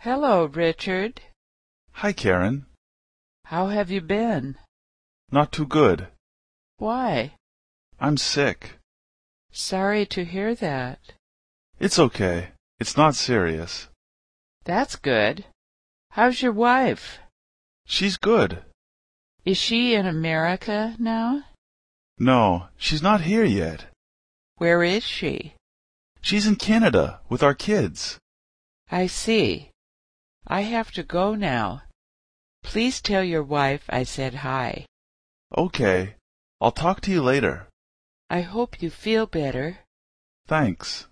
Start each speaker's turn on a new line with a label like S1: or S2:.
S1: Hello, Richard.
S2: Hi, Karen.
S1: How have you been?
S2: Not too good.
S1: Why?
S2: I'm sick.
S1: Sorry to hear that.
S2: It's okay. It's not serious.
S1: That's good. How's your wife?
S2: She's good.
S1: Is she in America now?
S2: No, she's not here yet.
S1: Where is she?
S2: She's in Canada with our kids.
S1: I see. I have to go now. Please tell your wife I said hi.
S2: Okay. I'll talk to you later.
S1: I hope you feel better.
S2: Thanks.